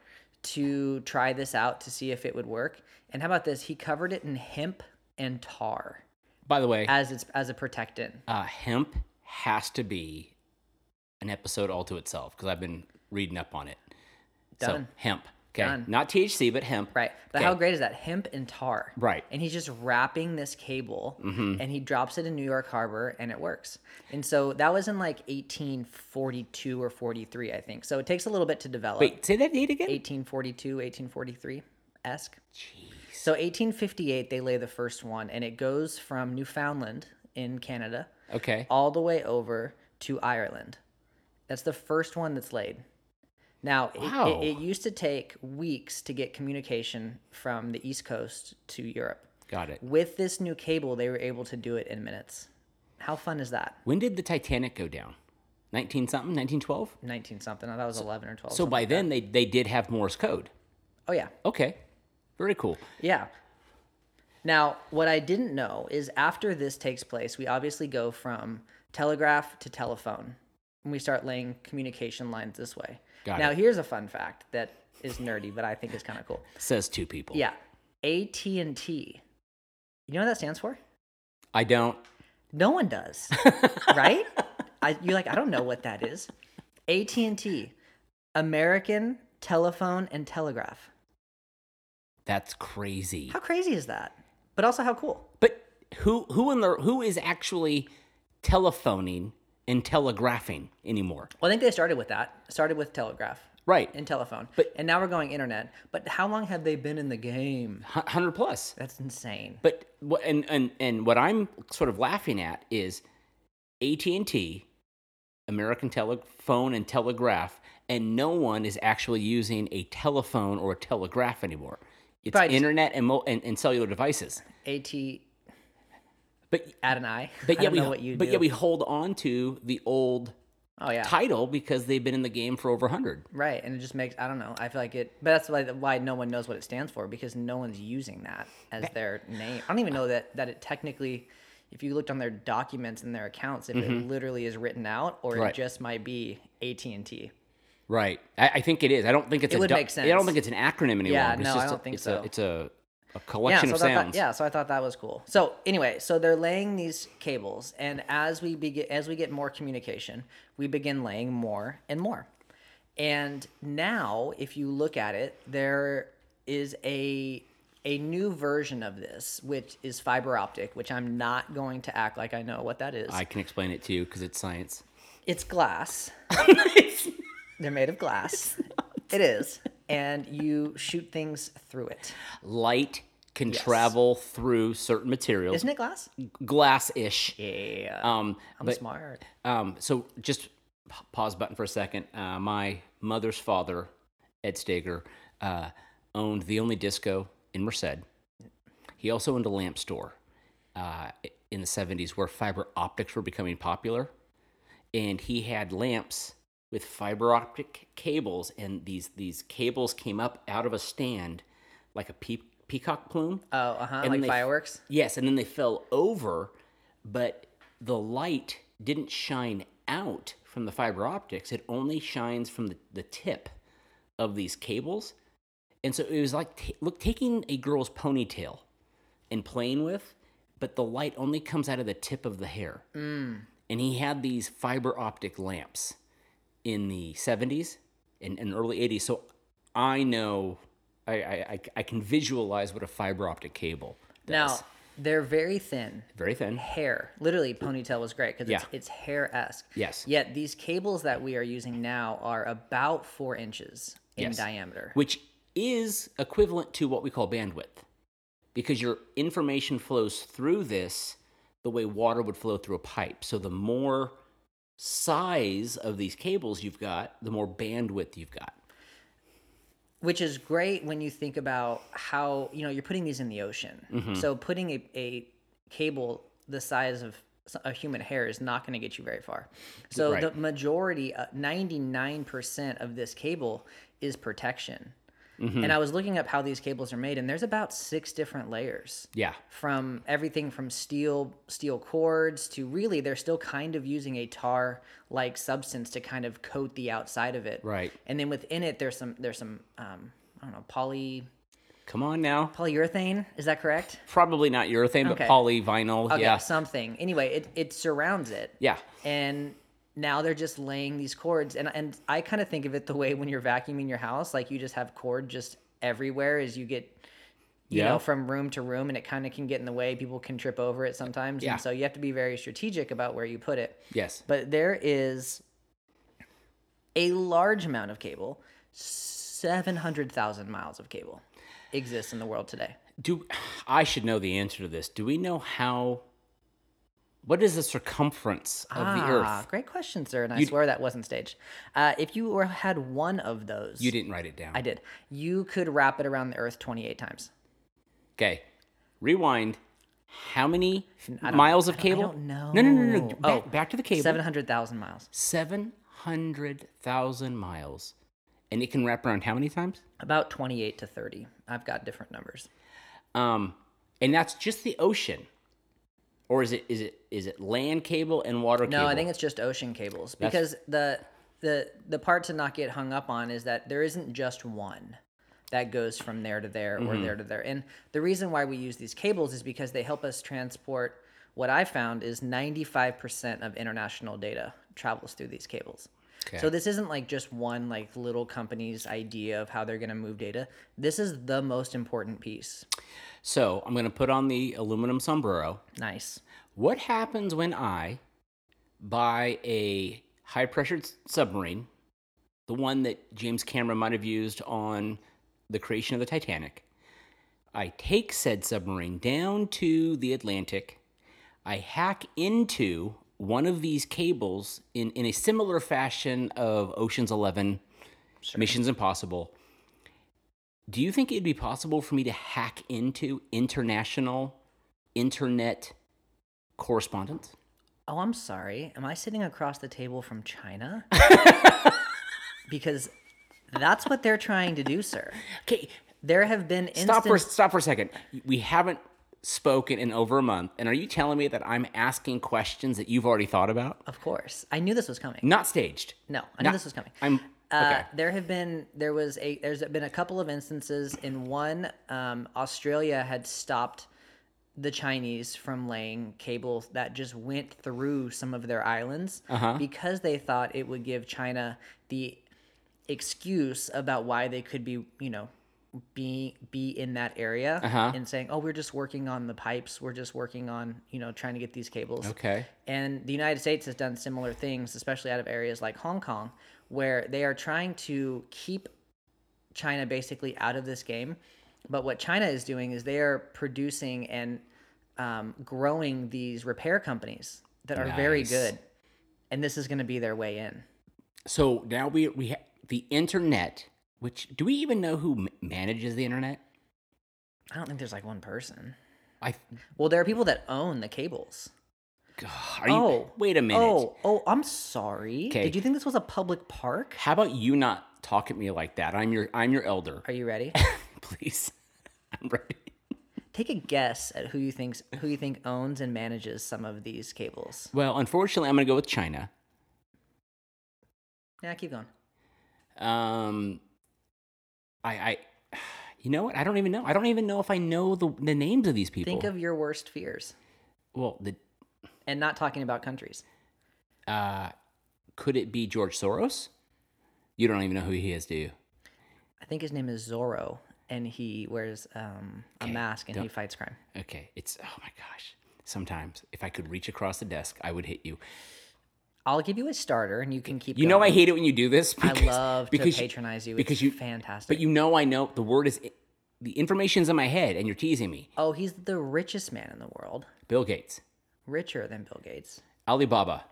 Speaker 4: to try this out to see if it would work. And how about this? He covered it in hemp and tar
Speaker 3: By the way,
Speaker 4: as its as a protectant.
Speaker 3: uh, hemp has to be an episode all to itself because I've been reading up on it.
Speaker 4: Done.
Speaker 3: So hemp. Okay.
Speaker 4: Done.
Speaker 3: Not THC, but hemp.
Speaker 4: Right. But
Speaker 3: Okay.
Speaker 4: how great is that? Hemp and tar.
Speaker 3: Right. Mm-hmm.
Speaker 4: And he's just wrapping this cable and he drops it in New York Harbor and it works. And so that was in like 1842 or 43, I think. So it takes a little bit to develop.
Speaker 3: Wait, say that date again.
Speaker 4: 1842, 1843 esque. So 1858, they lay the first one and it goes from Newfoundland in Canada
Speaker 3: Okay.
Speaker 4: all the way over to Ireland. That's the first one that's laid. Now, it-
Speaker 3: Wow.
Speaker 4: it, it, used to take weeks to get communication from the East Coast to Europe.
Speaker 3: Got it.
Speaker 4: With this new cable, they were able to do it in minutes. How fun is that?
Speaker 3: When did the Titanic go down? 19 something, 1912?
Speaker 4: 19 something. I thought it was 11 or 12.
Speaker 3: So by then they, they did have Morse code.
Speaker 4: oh, yeah.
Speaker 3: Okay. Very cool.
Speaker 4: Yeah. Now, what I didn't know is after this takes place, we obviously go from telegraph to telephone and we start laying communication lines this way.
Speaker 3: Got
Speaker 4: now,
Speaker 3: it.
Speaker 4: here's a fun fact that is nerdy, but I think is kind of cool.
Speaker 3: Says two people.
Speaker 4: Yeah. AT&T. You know what that stands for?
Speaker 3: I don't.
Speaker 4: No one
Speaker 3: *laughs*
Speaker 4: does, right? I, you're like, I don't know what that is. AT&T, American Telephone and Telegraph.
Speaker 3: That's crazy.
Speaker 4: How crazy is that? But also how cool.
Speaker 3: But who who in the who is actually telephoning and telegraphing anymore?
Speaker 4: Well, I think they started with that. Started with telegraph
Speaker 3: Right.
Speaker 4: and telephone,
Speaker 3: But-
Speaker 4: and now we're going internet. But how long have they been in the game?
Speaker 3: Hu- 100 plus.
Speaker 4: That's insane.
Speaker 3: But what and and and what I'm sort of laughing at is AT&T, American Telephone and Telegraph, and no one is actually using a telephone or a telegraph anymore. It's
Speaker 4: Right.
Speaker 3: internet and, mo- and and cellular devices.
Speaker 4: At
Speaker 3: But
Speaker 4: at an *laughs* eye.
Speaker 3: but
Speaker 4: I
Speaker 3: yeah
Speaker 4: don't
Speaker 3: we
Speaker 4: know what you
Speaker 3: but
Speaker 4: do.
Speaker 3: yeah we hold on to the old
Speaker 4: oh yeah.
Speaker 3: title because they've been in the game for over 100.
Speaker 4: Right, and it just makes I don't know. I feel like it, but that's why why no one knows what it stands for because no one's using that as their name. I don't even know that that it technically, if you looked on their documents and their accounts, if it literally is written out or
Speaker 3: Mm-hmm. Right.
Speaker 4: it just might be AT and T.
Speaker 3: Right. I, I think it is. I don't think it's
Speaker 4: It
Speaker 3: a
Speaker 4: would
Speaker 3: doc-
Speaker 4: make
Speaker 3: I don't
Speaker 4: sense.
Speaker 3: think it's an acronym anymore.
Speaker 4: Yeah,
Speaker 3: It's
Speaker 4: no, I
Speaker 3: just a-
Speaker 4: don't think
Speaker 3: it's
Speaker 4: so.
Speaker 3: A, it's a, a
Speaker 4: yeah,
Speaker 3: collection
Speaker 4: so
Speaker 3: of
Speaker 4: I thought-
Speaker 3: sounds.
Speaker 4: yeah, so I thought that was cool. So anyway, so they're laying these cables, and as we begin, as we get more communication, we begin laying more and more. And now, if you look at it, there is a a new version of this, which is fiber optic, which I'm not going to act like I know what that is.
Speaker 3: I can explain it to you because it's science.
Speaker 4: It's
Speaker 3: *laughs*
Speaker 4: glass. They're made of glass. It is, and you shoot things through it.
Speaker 3: Light can travel through certain materials,
Speaker 4: Isn't it glass?
Speaker 3: glass-ish.
Speaker 4: Yeah,
Speaker 3: Um,
Speaker 4: I'm
Speaker 3: but
Speaker 4: smart.
Speaker 3: um, so just p- pause button for a second. Uh, my mother's father, Ed Stager, uh, owned the only disco in Merced. He also owned a lamp store uh, in the '70s where fiber optics were becoming popular, and he had lamps with fiber optic cables, and these these cables came up out of a stand like a pe- peacock plume.
Speaker 4: Oh, uh huh.
Speaker 3: And
Speaker 4: Like
Speaker 3: they-
Speaker 4: fireworks.
Speaker 3: Yes, and then they fell over, but the light didn't shine out from the fiber optics. It only shines from the, the tip of these cables. And so it was like ta- look taking a girl's ponytail and playing with, but the light only comes out of the tip of the hair. And he had these fiber optic lamps in the 70s and, and early 80s. So I know, I, I, I- I can visualize what a fiber optic cable does.
Speaker 4: Now they're very thin.
Speaker 3: Very thin.
Speaker 4: Hair, literally, ponytail was great because
Speaker 3: Yeah.
Speaker 4: it's, it's hair esque.
Speaker 3: Yes.
Speaker 4: Yet these cables that we are using now are about four inches in
Speaker 3: Yes.
Speaker 4: diameter.
Speaker 3: which is equivalent to what we call bandwidth because your information flows through this the way water would flow through a pipe. So the more size of these cables you've got, the more bandwidth you've got.
Speaker 4: which is great when you think about how you know you're putting these in the ocean so putting a, a cable the size of s- a human hair is not going to get you very far. So
Speaker 3: Right.
Speaker 4: the majority, ninety nine percent of this cable is protection. And I was looking up how these cables are made, and there's about six different layers
Speaker 3: Yeah.
Speaker 4: from everything from steel steel cords to really they're still kind of using a tar like substance to kind of coat the outside of it
Speaker 3: Right.
Speaker 4: and then within it there's some there's some um i don't know poly
Speaker 3: Come on now.
Speaker 4: polyurethane is that correct
Speaker 3: Probably not urethane,
Speaker 4: Okay.
Speaker 3: but polyvinyl.
Speaker 4: okay
Speaker 3: yeah.
Speaker 4: something anyway it it surrounds it
Speaker 3: Yeah.
Speaker 4: and now they're just laying these cords and and I kind of think of it the way when you're vacuuming your house like you just have cord just everywhere as you get you
Speaker 3: Yeah.
Speaker 4: know from room to room and it kind of can get in the way people can trip over it sometimes
Speaker 3: Yeah.
Speaker 4: and so you have to be very strategic about where you put it
Speaker 3: Yes.
Speaker 4: but there is a large amount of cable 700,000 miles of cable exists in the world today
Speaker 3: Do I should know the answer to this? Do we know how? What is the circumference of the
Speaker 4: Ah,
Speaker 3: Earth?
Speaker 4: great question sir and I swear that wasn't staged uh, if you were had one of those
Speaker 3: You didn't write it down.
Speaker 4: I did. You could wrap it around the Earth 28 times.
Speaker 3: Okay. Rewind. How many miles of cable?
Speaker 4: don't know.
Speaker 3: No, no, no, no.
Speaker 4: Oh,
Speaker 3: Back, back to the cable.
Speaker 4: 700,000 miles.
Speaker 3: 700,000 miles. And it can wrap around how many times?
Speaker 4: About 28 to 30. I've got different numbers.
Speaker 3: Um, and that's just the ocean. Or is it is it is it land cable and water
Speaker 4: No,
Speaker 3: cable?
Speaker 4: I think it's just ocean cables
Speaker 3: That's-
Speaker 4: because the the the part to not get hung up on is that there isn't just one that goes from there to there
Speaker 3: Mm-hmm.
Speaker 4: or there to there. And the reason why we use these cables is because they help us transport what I found is 95% of international data travels through these cables.
Speaker 3: Okay.
Speaker 4: So this isn't like just one like little company's idea of how they're going to move data. This is the most important piece.
Speaker 3: so I'm gonna put on the aluminum sombrero.
Speaker 4: Nice.
Speaker 3: What happens when I buy a high pressure submarine, the one that James Cameron might have used on the creation of the Titanic? I take said submarine down to the Atlantic. I hack into one of these cables in, in a similar fashion of Ocean's Eleven, Missions Impossible. Do you think it'd be possible for me to hack into international internet correspondence?
Speaker 4: Oh, I'm sorry. Am I sitting across the table from
Speaker 3: *laughs*
Speaker 4: China? because that's what they're trying to do, sir.
Speaker 3: Okay,
Speaker 4: There have been instant-
Speaker 3: stop for stop for a second. We haven't spoken in over a month, and are you telling me that I'm asking questions that you've already thought about?
Speaker 4: Of course, I knew this was coming.
Speaker 3: Not staged.
Speaker 4: No, I knew
Speaker 3: Not-
Speaker 4: this was coming.
Speaker 3: I'm
Speaker 4: Uh,
Speaker 3: okay.
Speaker 4: There have been there was a there's been a couple of instances. In one, um, Australia had stopped the Chinese from laying cables that just went through some of their islands
Speaker 3: Uh-huh.
Speaker 4: because they thought it would give China the excuse about why they could be you know be be in that area
Speaker 3: Uh-huh.
Speaker 4: and saying oh we're just working on the pipes we're just working on you know trying to get these cables
Speaker 3: Okay.
Speaker 4: and the United States has done similar things, especially out of areas like Hong Kong, where they are trying to keep China basically out of this game. But what China is doing is they are producing and um, growing these repair companies that are very
Speaker 3: Nice.
Speaker 4: good. And this is going to be their way in.
Speaker 3: So now we we ha- the internet. Which do we even know who m- manages the internet?
Speaker 4: I don't think there's like one person.
Speaker 3: I
Speaker 4: Well, there are people that own the cables.
Speaker 3: God, are you?
Speaker 4: oh,
Speaker 3: wait a minute.
Speaker 4: Oh, oh, I'm sorry.
Speaker 3: 'Kay.
Speaker 4: Did you think this was a public park?
Speaker 3: How about you not talk at me like that? I'm your I'm your
Speaker 4: *laughs*
Speaker 3: elder.
Speaker 4: Are you ready?
Speaker 3: Please, *laughs* I'm ready.
Speaker 4: Take a guess at who you think who you think owns and manages some of these cables.
Speaker 3: Well, unfortunately, I'm going to go with China.
Speaker 4: Yeah, keep going.
Speaker 3: Um, I, I, *sighs* you know what? I don't even know. I don't even know if I know the the names of these people.
Speaker 4: Think of your worst fears,
Speaker 3: well, the
Speaker 4: and not talking about countries.
Speaker 3: uh, could it be George Soros? You don't even know who he is, do you?
Speaker 4: I think his name is Zorro, and he wears um, a mask and he fights crime.
Speaker 3: Okay, it's oh my gosh. Sometimes, if I could reach across the desk, I would hit you.
Speaker 4: I'll give you a starter, and you can keep.
Speaker 3: You know, I
Speaker 4: going.
Speaker 3: hate it when you do this.
Speaker 4: I love to
Speaker 3: *laughs* because you-
Speaker 4: patronize you. It's
Speaker 3: because you-
Speaker 4: fantastic.
Speaker 3: but you know, I know the word is the information's in my head, and you're teasing me.
Speaker 4: oh, he's the richest man in the world,
Speaker 3: Bill Gates,
Speaker 4: richer than Bill Gates.
Speaker 3: Alibaba,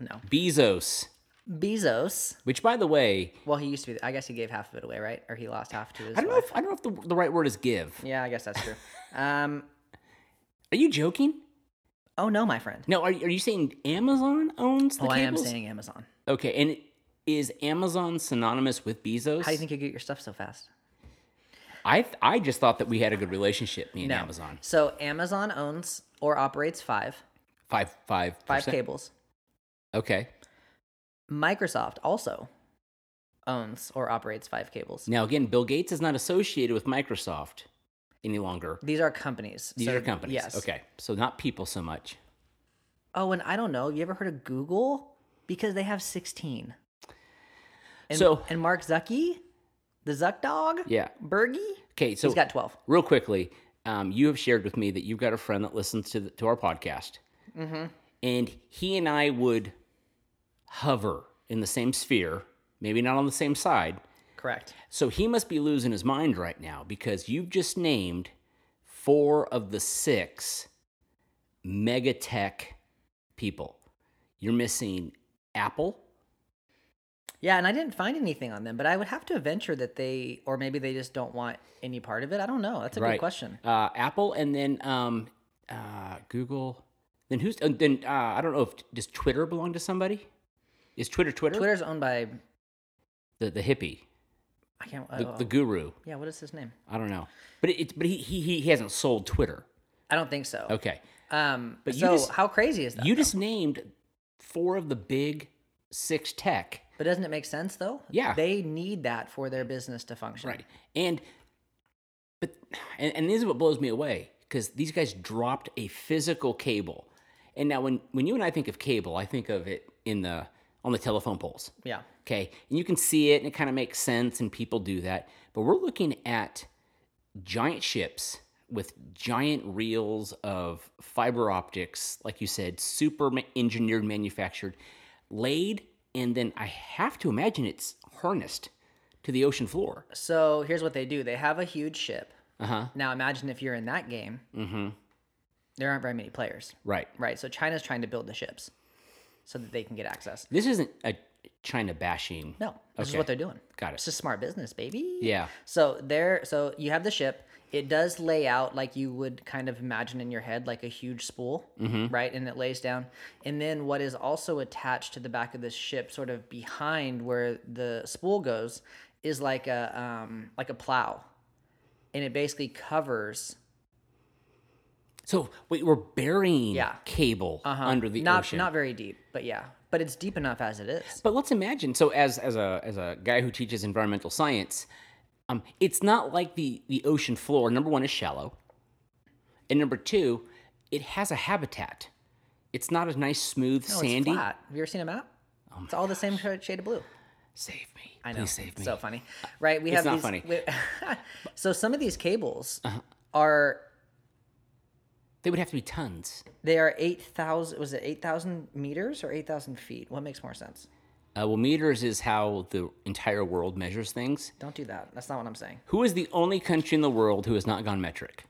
Speaker 4: No,
Speaker 3: Bezos.
Speaker 4: Bezos.
Speaker 3: Which, by the way,
Speaker 4: Well, he used to be. I guess he gave half of it away, right? Or he lost half to his.
Speaker 3: I don't know
Speaker 4: wife.
Speaker 3: if I don't know if the, the right word is give.
Speaker 4: Yeah, I guess that's true. Um,
Speaker 3: Are you joking?
Speaker 4: Oh no, my friend.
Speaker 3: No, are, are you saying Amazon owns the
Speaker 4: Oh, I am
Speaker 3: cables?
Speaker 4: saying Amazon.
Speaker 3: Okay, and is Amazon synonymous with Bezos?
Speaker 4: How do you think you get your stuff so fast?
Speaker 3: I I just thought that we had a good relationship, me and
Speaker 4: No.
Speaker 3: Amazon.
Speaker 4: So Amazon owns or operates five
Speaker 3: Five five
Speaker 4: 5
Speaker 3: percent?
Speaker 4: cables.
Speaker 3: Okay.
Speaker 4: Microsoft also owns or operates five cables.
Speaker 3: Now again, Bill Gates is not associated with Microsoft any longer.
Speaker 4: These are companies.
Speaker 3: These
Speaker 4: so-
Speaker 3: are companies.
Speaker 4: Yes.
Speaker 3: Okay, so not people so much.
Speaker 4: Oh, and I don't know. You ever heard of Google? Because they have sixteen. And,
Speaker 3: So-
Speaker 4: and Mark Zucky, the Zuck dog,
Speaker 3: Yeah.
Speaker 4: Bergie,
Speaker 3: Okay, so
Speaker 4: he's got twelve.
Speaker 3: real quickly, um, you have shared with me that you've got a friend that listens to the, to our podcast, and he and I would hover in the same sphere, maybe not on the same side.
Speaker 4: Correct.
Speaker 3: So he must be losing his mind right now because you've just named four of the six mega tech people. You're missing Apple.
Speaker 4: Yeah, and I didn't find anything on them, but I would have to venture that they, or maybe they just don't want any part of it. I don't know. That's a good question.
Speaker 3: Uh, Apple, and then um, uh, Google. Then who's? Uh, then uh, I don't know if does Twitter belong to somebody? Is Twitter Twitter?
Speaker 4: Twitter's owned by
Speaker 3: The the hippie,
Speaker 4: I can't.
Speaker 3: the,
Speaker 4: oh,
Speaker 3: the guru.
Speaker 4: yeah, what is his name?
Speaker 3: I don't know, but it, but he, he he he hasn't sold Twitter.
Speaker 4: I don't think so.
Speaker 3: Okay,
Speaker 4: Um, but
Speaker 3: But you
Speaker 4: so
Speaker 3: just-
Speaker 4: how crazy is that?
Speaker 3: you just named four of the big six tech,
Speaker 4: but doesn't it make sense though?
Speaker 3: Yeah.
Speaker 4: they need that for their business to function.
Speaker 3: right? And but and, and this is what blows me away because these guys dropped a physical cable, and now when when you and I think of cable, I think of it in the on the telephone poles.
Speaker 4: Yeah.
Speaker 3: Okay. And you can see it and it kind of makes sense and people do that. But we're looking at giant ships with giant reels of fiber optics, like you said, super ma- engineered, manufactured, laid, and then I have to imagine it's harnessed to the ocean floor.
Speaker 4: So here's what they do. They have a huge ship.
Speaker 3: Uh huh.
Speaker 4: Now imagine if you're in that game. Mm-hmm. There aren't very many players,
Speaker 3: Right.
Speaker 4: right? So China's trying to build the ships so that they can get access.
Speaker 3: This isn't a China bashing.
Speaker 4: No, this
Speaker 3: Okay.
Speaker 4: is what they're doing.
Speaker 3: Got it.
Speaker 4: It's just smart business, baby.
Speaker 3: Yeah.
Speaker 4: So there, so you have the ship. It does lay out like you would kind of imagine in your head, like a huge spool,
Speaker 3: Mm-hmm.
Speaker 4: right? And it lays down. And then what is also attached to the back of the ship, sort of behind where the spool goes, is like a um, like a plow, and it basically covers.
Speaker 3: So wait, we're burying
Speaker 4: Yeah. Uh-huh.
Speaker 3: cable under the
Speaker 4: not
Speaker 3: ocean.
Speaker 4: not very deep, but yeah, but it's deep enough as it is.
Speaker 3: But let's imagine. So, as as a as a guy who teaches environmental science, um, it's not like the the ocean floor. Number one is shallow, and number two, it has a habitat. It's not a nice, smooth,
Speaker 4: No,
Speaker 3: sandy. Oh
Speaker 4: it's flat. Have you ever seen a map? it's all the same shade of blue.
Speaker 3: Save me,
Speaker 4: I know.
Speaker 3: please save me.
Speaker 4: So funny, right? We have
Speaker 3: not
Speaker 4: these,
Speaker 3: funny. Uh-huh.
Speaker 4: we- *laughs* so some of these cables are
Speaker 3: they would have to be tons.
Speaker 4: they are eight thousand. Was it eight thousand meters or eight thousand feet? What makes more sense?
Speaker 3: Uh, well, meters is how the entire world measures things.
Speaker 4: Don't do that. That's not what I'm saying.
Speaker 3: Who is the only country in the world who has not gone metric?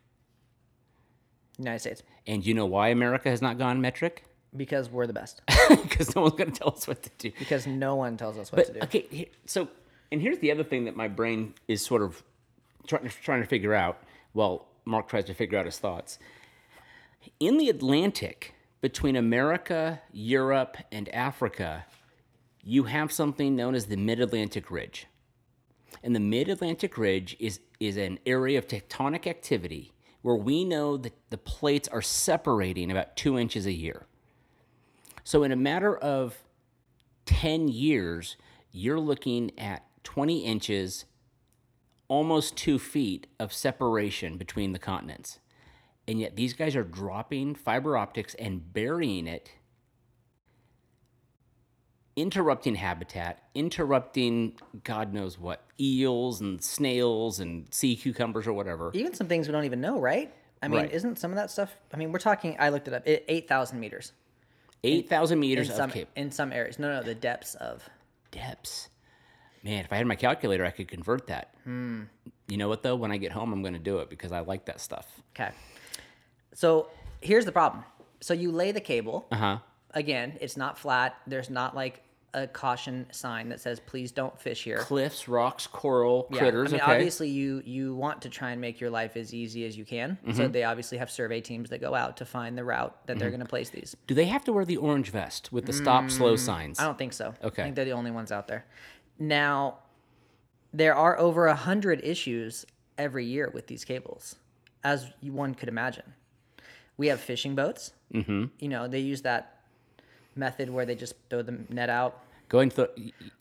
Speaker 4: United States,
Speaker 3: And you know why America has not gone metric? *laughs*
Speaker 4: because we're the best.
Speaker 3: Because no one's going to tell us what to do.
Speaker 4: Because *laughs* no one tells us what to do.
Speaker 3: But okay, he- so and here's the other thing that my brain is sort of trying to, trying to figure out. Well, Mark tries to figure out his thoughts. In the Atlantic, between America, Europe, and Africa, you have something known as the Mid-Atlantic Ridge. And the Mid-Atlantic Ridge is is an area of tectonic activity where we know that the plates are separating about 2 inches a year. So in a matter of 10 years, you're looking at 20 inches, almost two feet of separation between the continents. And yet these guys are dropping fiber optics and burying it, interrupting habitat, interrupting God knows what eels and snails and sea cucumbers or whatever.
Speaker 4: even some things we don't even know, right? I mean,
Speaker 3: Right.
Speaker 4: isn't some of that stuff? I mean, we're talking. I looked it up. It, eight thousand meters
Speaker 3: 8,000
Speaker 4: in
Speaker 3: meters of
Speaker 4: some
Speaker 3: cable.
Speaker 4: in some areas. No, no, the depths of.
Speaker 3: depths. Man, if I had my calculator, I could convert that. You know what though? When I get home, I'm going to do it because I like that stuff.
Speaker 4: Okay. So here's the problem. So you lay the cable.
Speaker 3: Uh huh.
Speaker 4: again, it's not flat. There's not like a caution sign that says, "Please don't fish here."
Speaker 3: cliffs, rocks, coral,
Speaker 4: Yeah,
Speaker 3: critters.
Speaker 4: I mean,
Speaker 3: okay.
Speaker 4: obviously, you you want to try and make your life as easy as you can. So
Speaker 3: Mm-hmm.
Speaker 4: they obviously have survey teams that go out to find the route that they're going to place these.
Speaker 3: Do they have to wear the orange vest with the stop slow signs?
Speaker 4: Mm, I don't think so.
Speaker 3: Okay.
Speaker 4: I think they're the only ones out there. Now, there are over a hundred issues every year with these cables, as you- one could imagine. We have fishing boats. Mm-hmm. You know, they use that method where they just throw the net out
Speaker 3: Going through.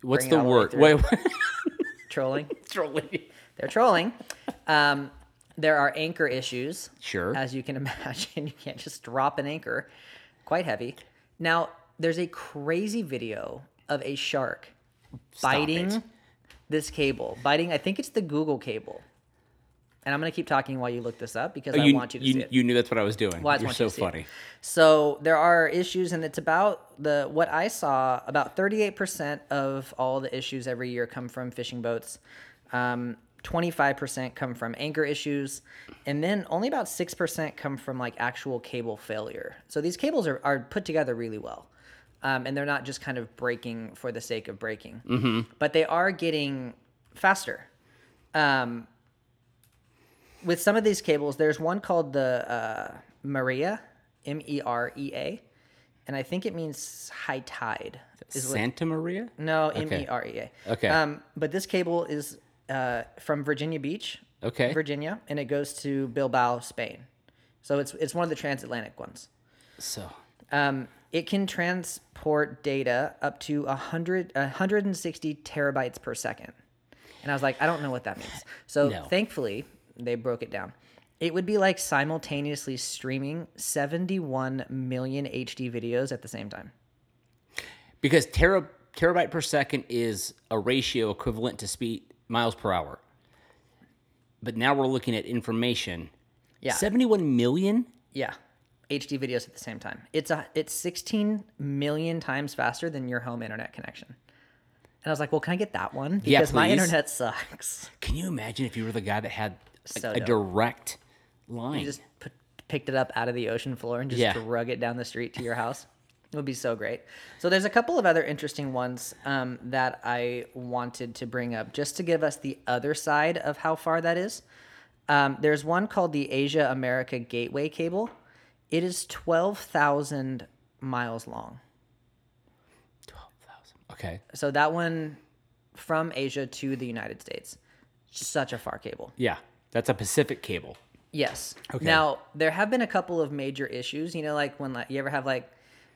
Speaker 3: What's
Speaker 4: Bring it
Speaker 3: the
Speaker 4: all the way
Speaker 3: word?
Speaker 4: through. *laughs*
Speaker 3: Wait, *laughs*
Speaker 4: trolling.
Speaker 3: trolling.
Speaker 4: they're trolling. Um, there are anchor issues.
Speaker 3: Sure.
Speaker 4: As you can *laughs* imagine, you can't just drop an anchor. Quite heavy. Now, there's a crazy video of a shark biting
Speaker 3: it.
Speaker 4: this cable. Biting, I think it's the Google cable. And I'm going to keep talking while you look this up because I
Speaker 3: Oh, you,
Speaker 4: want you to
Speaker 3: you,
Speaker 4: see it.
Speaker 3: knew that's what I was doing.
Speaker 4: Well, I just
Speaker 3: You're
Speaker 4: want
Speaker 3: so
Speaker 4: you to see it.
Speaker 3: funny.
Speaker 4: So there are issues, and it's about the what I saw. About thirty-eight percent of all the issues every year come from fishing boats. Um, Twenty-five percent come from anchor issues, and then only about six percent come from like actual cable failure. So these cables are, are put together really well, um, and they're not just kind of breaking for the sake of breaking, mm-hmm. but they are getting faster. Um, with some of these cables, there's one called the uh, Maria, M E R E A, and I think it means high tide. Is what,
Speaker 3: Santa Maria?
Speaker 4: no, M E R E A.
Speaker 3: Okay.
Speaker 4: Um, but this cable is uh, from Virginia Beach,
Speaker 3: Okay.
Speaker 4: Virginia, and it goes to Bilbao, Spain. So it's it's one of the transatlantic ones.
Speaker 3: So
Speaker 4: Um, it can transport data up to 100, 160 terabytes per second. And I was like, I don't know what that means. So
Speaker 3: No.
Speaker 4: thankfully, they broke it down. It would be like simultaneously streaming 71 million HD videos at the same time.
Speaker 3: because tera, terabyte per second is a ratio equivalent to speed miles per hour. But now we're looking at information.
Speaker 4: Yeah.
Speaker 3: 71 million?
Speaker 4: Yeah. HD videos at the same time. It's a it's 16 million times faster than your home internet connection. And I was like, well, can I get that one?
Speaker 3: Yeah,
Speaker 4: Because my
Speaker 3: please.
Speaker 4: internet sucks.
Speaker 3: Can you imagine if you were the guy that had like,
Speaker 4: So
Speaker 3: a
Speaker 4: dope.
Speaker 3: direct line?
Speaker 4: You just p- picked it up out of the ocean floor and just
Speaker 3: Yeah.
Speaker 4: drug it down the street to your house. It would be so great. So there's a couple of other interesting ones um, that I wanted to bring up just to give us the other side of how far that is. Um, there's one called the Asia America Gateway Cable. It is 12,000 miles long.
Speaker 3: 12,000. Okay.
Speaker 4: So that one from Asia to the United States. Such a far cable.
Speaker 3: Yeah. That's a Pacific cable.
Speaker 4: Yes.
Speaker 3: Okay.
Speaker 4: Now there have been a couple of major issues. You know, like when like, you ever have like,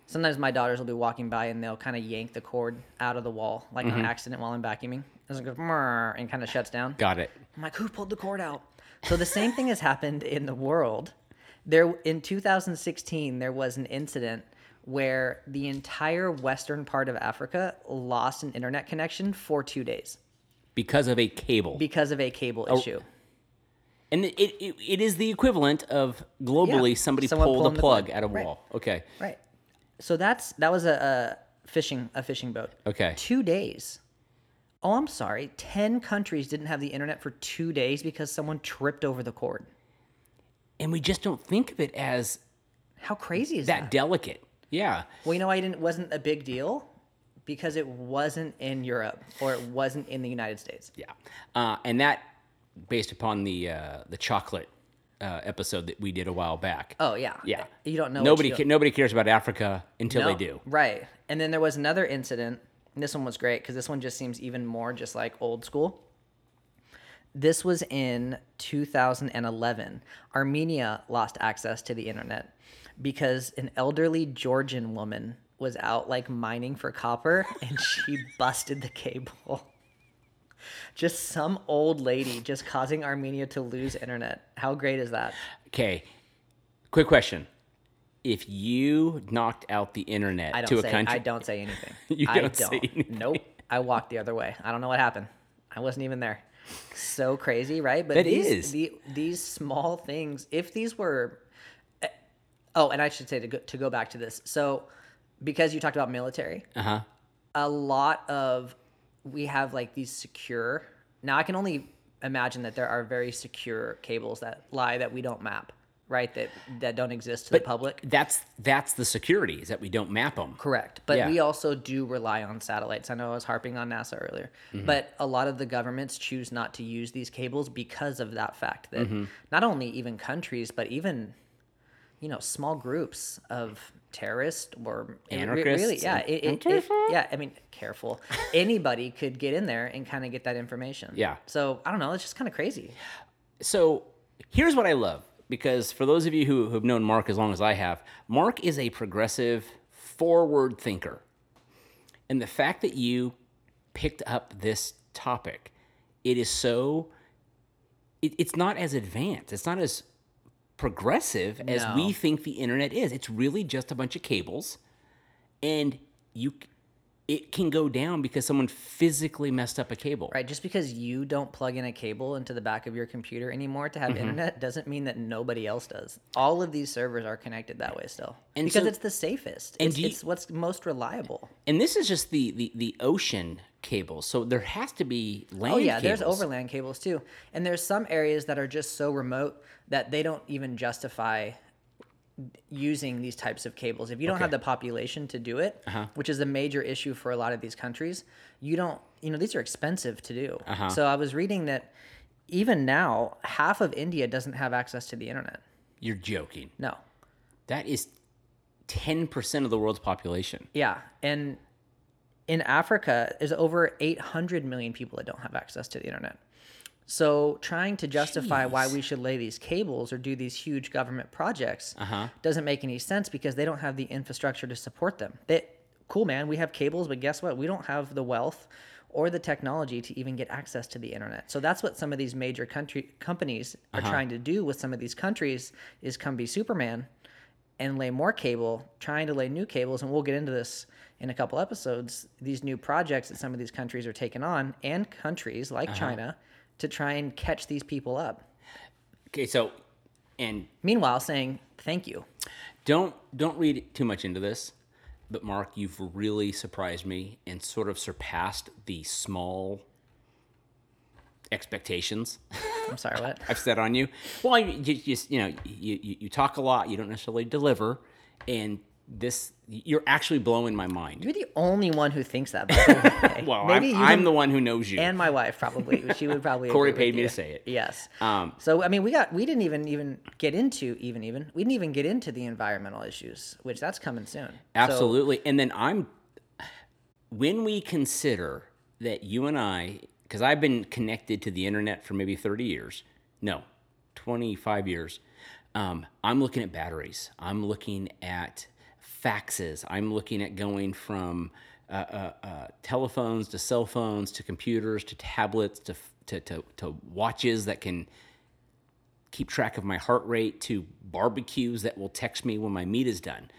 Speaker 4: sometimes my daughters will be walking by and they'll kind of yank the cord out of the wall, like on accident while I'm vacuuming. It goes "Mrrr," and kind of shuts down.
Speaker 3: Mm-hmm. Got it.
Speaker 4: I'm like, who pulled the cord out? So the same thing has happened in the world. There in 2016, there was an incident where the entire western part of Africa lost an internet connection for two days
Speaker 3: Because of a cable.
Speaker 4: because of a cable
Speaker 3: Oh,
Speaker 4: issue.
Speaker 3: And it, it, it is the equivalent of globally
Speaker 4: Yeah.
Speaker 3: somebody
Speaker 4: Someone
Speaker 3: pulled
Speaker 4: pulling
Speaker 3: a
Speaker 4: the
Speaker 3: plug
Speaker 4: plug.
Speaker 3: out of a
Speaker 4: Right.
Speaker 3: wall. Okay.
Speaker 4: Right. So that's that was a, a fishing a fishing boat.
Speaker 3: Okay.
Speaker 4: Two days. Oh, I'm sorry. Ten countries didn't have the internet for two days because someone tripped over the cord.
Speaker 3: And we just don't think of it as
Speaker 4: How crazy is that?
Speaker 3: that delicate. Yeah.
Speaker 4: Well, you know, why it didn't wasn't a big deal because it wasn't in Europe or it wasn't in the United States.
Speaker 3: Yeah. Uh, and that, based upon the, uh, the chocolate uh, episode that we did a while back.
Speaker 4: Oh yeah.
Speaker 3: yeah.
Speaker 4: You don't know. what
Speaker 3: Nobody,
Speaker 4: you-
Speaker 3: ca- nobody cares about Africa until
Speaker 4: No,
Speaker 3: they do.
Speaker 4: Right. And then there was another incident. And this one was great because this one just seems even more just like old school. This was in 2011. Armenia lost access to the internet because an elderly Georgian woman was out like mining for copper *laughs* and she busted the cable. Just some old lady just causing Armenia to lose internet. How great is that?
Speaker 3: Okay. Quick question. If you knocked out the internet
Speaker 4: I don't
Speaker 3: to a
Speaker 4: say
Speaker 3: country,
Speaker 4: I don't say anything.
Speaker 3: *laughs* You
Speaker 4: I
Speaker 3: don't say anything.
Speaker 4: Nope. I walked the other way. I don't know what happened. I wasn't even there. So crazy, right? But
Speaker 3: That
Speaker 4: these,
Speaker 3: is.
Speaker 4: the, these small things. If these were, eh, oh, and I should say to go, to go back to this. So because you talked about military,
Speaker 3: Uh-huh.
Speaker 4: a lot of we have like these secure. Now I can only imagine that there are very secure cables that lie that we don't map. right? That that don't exist to the public.
Speaker 3: That's that's the security is that we don't map them.
Speaker 4: Correct. But
Speaker 3: Yeah.
Speaker 4: we also do rely on satellites. I know I was harping on NASA earlier,
Speaker 3: Mm-hmm.
Speaker 4: but a lot of the governments choose not to use these cables because of that fact that
Speaker 3: Mm-hmm.
Speaker 4: not only even countries, but even you know small groups of terrorists or it re- really
Speaker 3: Anarchists
Speaker 4: yeah
Speaker 3: and-
Speaker 4: it, it, it- yeah i mean
Speaker 3: *laughs*
Speaker 4: careful anybody could get in there and kind of get that information
Speaker 3: Yeah.
Speaker 4: so i don't know it's just kind of crazy
Speaker 3: So here's what I love because for those of you who have known Mark as long as I have, Mark is a progressive, forward thinker. And the fact that you picked up this topic, it is so, it, it's not as advanced, it's not as progressive as
Speaker 4: No.
Speaker 3: we think the internet is. It's really just a bunch of cables and you. c- It can go down because someone physically messed up a cable.
Speaker 4: Right, just because you don't plug in a cable into the back of your computer anymore to have
Speaker 3: Mm-hmm.
Speaker 4: internet doesn't mean that nobody else does. All of these servers are connected that way still.
Speaker 3: And
Speaker 4: because
Speaker 3: so-
Speaker 4: it's the safest.
Speaker 3: and
Speaker 4: it's,
Speaker 3: do you-
Speaker 4: it's what's most reliable.
Speaker 3: And this is just the the, the ocean cables. So there has to be land.
Speaker 4: Oh yeah, there's
Speaker 3: cables.
Speaker 4: overland cables too. And there's some areas that are just so remote that they don't even justify using these types of cables. If you don't have the population to do it, which is a major issue for a lot of these countries, you don't, you know, these are expensive to do. So I was reading that even now, half of India doesn't have access to the internet.
Speaker 3: You're joking.
Speaker 4: No.
Speaker 3: That is ten percent of the world's population.
Speaker 4: Yeah. And in Africa, there's over 800 million people that don't have access to the internet. So trying to justify why we should lay these cables or do these huge government projects doesn't make any sense because they don't have the infrastructure to support them. They, cool, man, we have cables, but guess what? We don't have the wealth or the technology to even get access to the internet. So that's what some of these major country companies are trying to do with some of these countries is come be Superman and lay more cable, trying to lay new cables, and we'll get into this in a couple episodes. These new projects that some of these countries are taking on, and countries like
Speaker 3: Uh-huh.
Speaker 4: China, to try and catch these people up.
Speaker 3: Okay, so and
Speaker 4: Meanwhile, saying thank you.
Speaker 3: don't don't read too much into this. But Mark, you've really surprised me and sort of surpassed the small expectations
Speaker 4: I'm sorry,
Speaker 3: *laughs*
Speaker 4: what?
Speaker 3: I've set on you. Well, you you just you know you, you you talk a lot, you don't necessarily deliver, and this you're actually blowing my mind.
Speaker 4: You're the only one who thinks that. By the way.
Speaker 3: *laughs* Well, I'm, I'm the one who knows you.
Speaker 4: and my wife probably she would
Speaker 3: *laughs*
Speaker 4: probably.
Speaker 3: Corey
Speaker 4: agree with
Speaker 3: paid me
Speaker 4: you.
Speaker 3: to say it.
Speaker 4: Yes.
Speaker 3: Um,
Speaker 4: so I mean, we got we didn't even even get into even even we didn't even get into the environmental issues, which that's coming soon. So-
Speaker 3: absolutely. and then I'm, when we consider that you and I, because I've been connected to the internet for maybe 30 years, no, 25 years, um, I'm looking at batteries, I'm looking at faxes, I'm looking at going from uh, uh, uh, telephones to cell phones to computers to tablets to, f- to, to, to watches that can keep track of my heart rate to barbecues that will text me when my meat is done.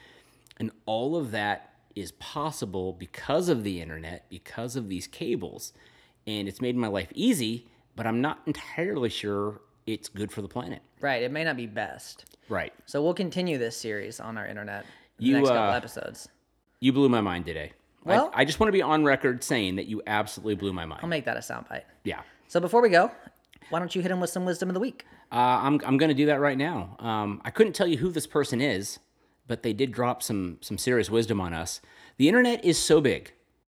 Speaker 3: And all of that is possible because of the internet, because of these cables. And it's made my life easy, but I'm not entirely sure it's good for the planet.
Speaker 4: right, it may not be best.
Speaker 3: Right.
Speaker 4: So we'll continue this series on our internet in
Speaker 3: You,
Speaker 4: the next couple
Speaker 3: uh,
Speaker 4: episodes.
Speaker 3: You blew my mind today. I-
Speaker 4: Well-
Speaker 3: I, just want to be on record saying that you absolutely blew my mind.
Speaker 4: I'll make that a soundbite.
Speaker 3: yeah.
Speaker 4: So before we go, why don't you hit him with some wisdom of the week?
Speaker 3: Uh, I'm, I'm going to do that right now. Um, I couldn't tell you who this person is, but they did drop some, some serious wisdom on us. The internet is so big,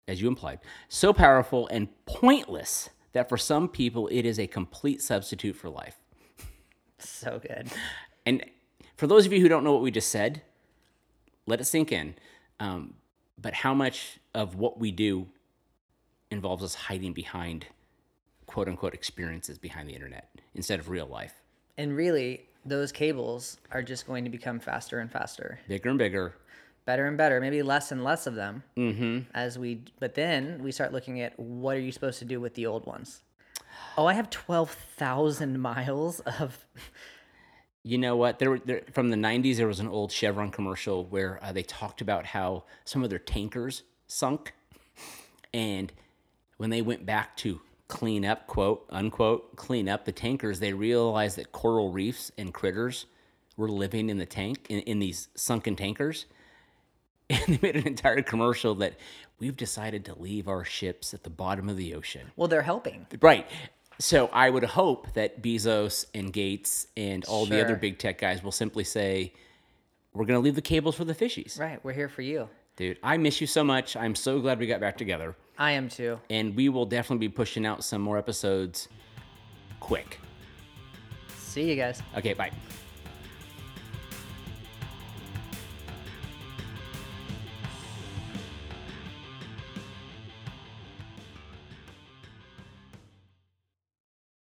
Speaker 3: as you implied, so powerful and pointless that for some people it is a complete substitute for life.
Speaker 4: *laughs* So good.
Speaker 3: And for those of you who don't know what we just said, let it sink in. Um, but how much of what we do involves us hiding behind quote unquote experiences behind the internet instead of real life?
Speaker 4: And really, those cables are just going to become faster and faster,
Speaker 3: Bigger and bigger.
Speaker 4: better and better. Maybe less and less of them mm-hmm. as we. But then we start looking at what are you supposed to do with the old ones? Oh, I have twelve thousand miles of.
Speaker 3: You know what? There, were- there from the '90s, there was an old Chevron commercial where uh, they talked about how some of their tankers sunk, and when they went back to clean up, quote unquote, clean up the tankers, they realized that coral reefs and critters were living in the tank in, in these sunken tankers, *laughs* and they made an entire commercial that we've decided to leave our ships at the bottom of the ocean.
Speaker 4: Well, they're helping.
Speaker 3: Right. So I would hope that Bezos and Gates and all the other
Speaker 4: Sure.
Speaker 3: big tech guys will simply say, "We're going to leave the cables for the fishies."
Speaker 4: Right. We're here for you.
Speaker 3: Dude, I miss you so much. I'm so glad we got back together,
Speaker 4: I am too.
Speaker 3: and we will definitely be pushing out some more episodes quick.
Speaker 4: See you guys.
Speaker 3: Okay, bye.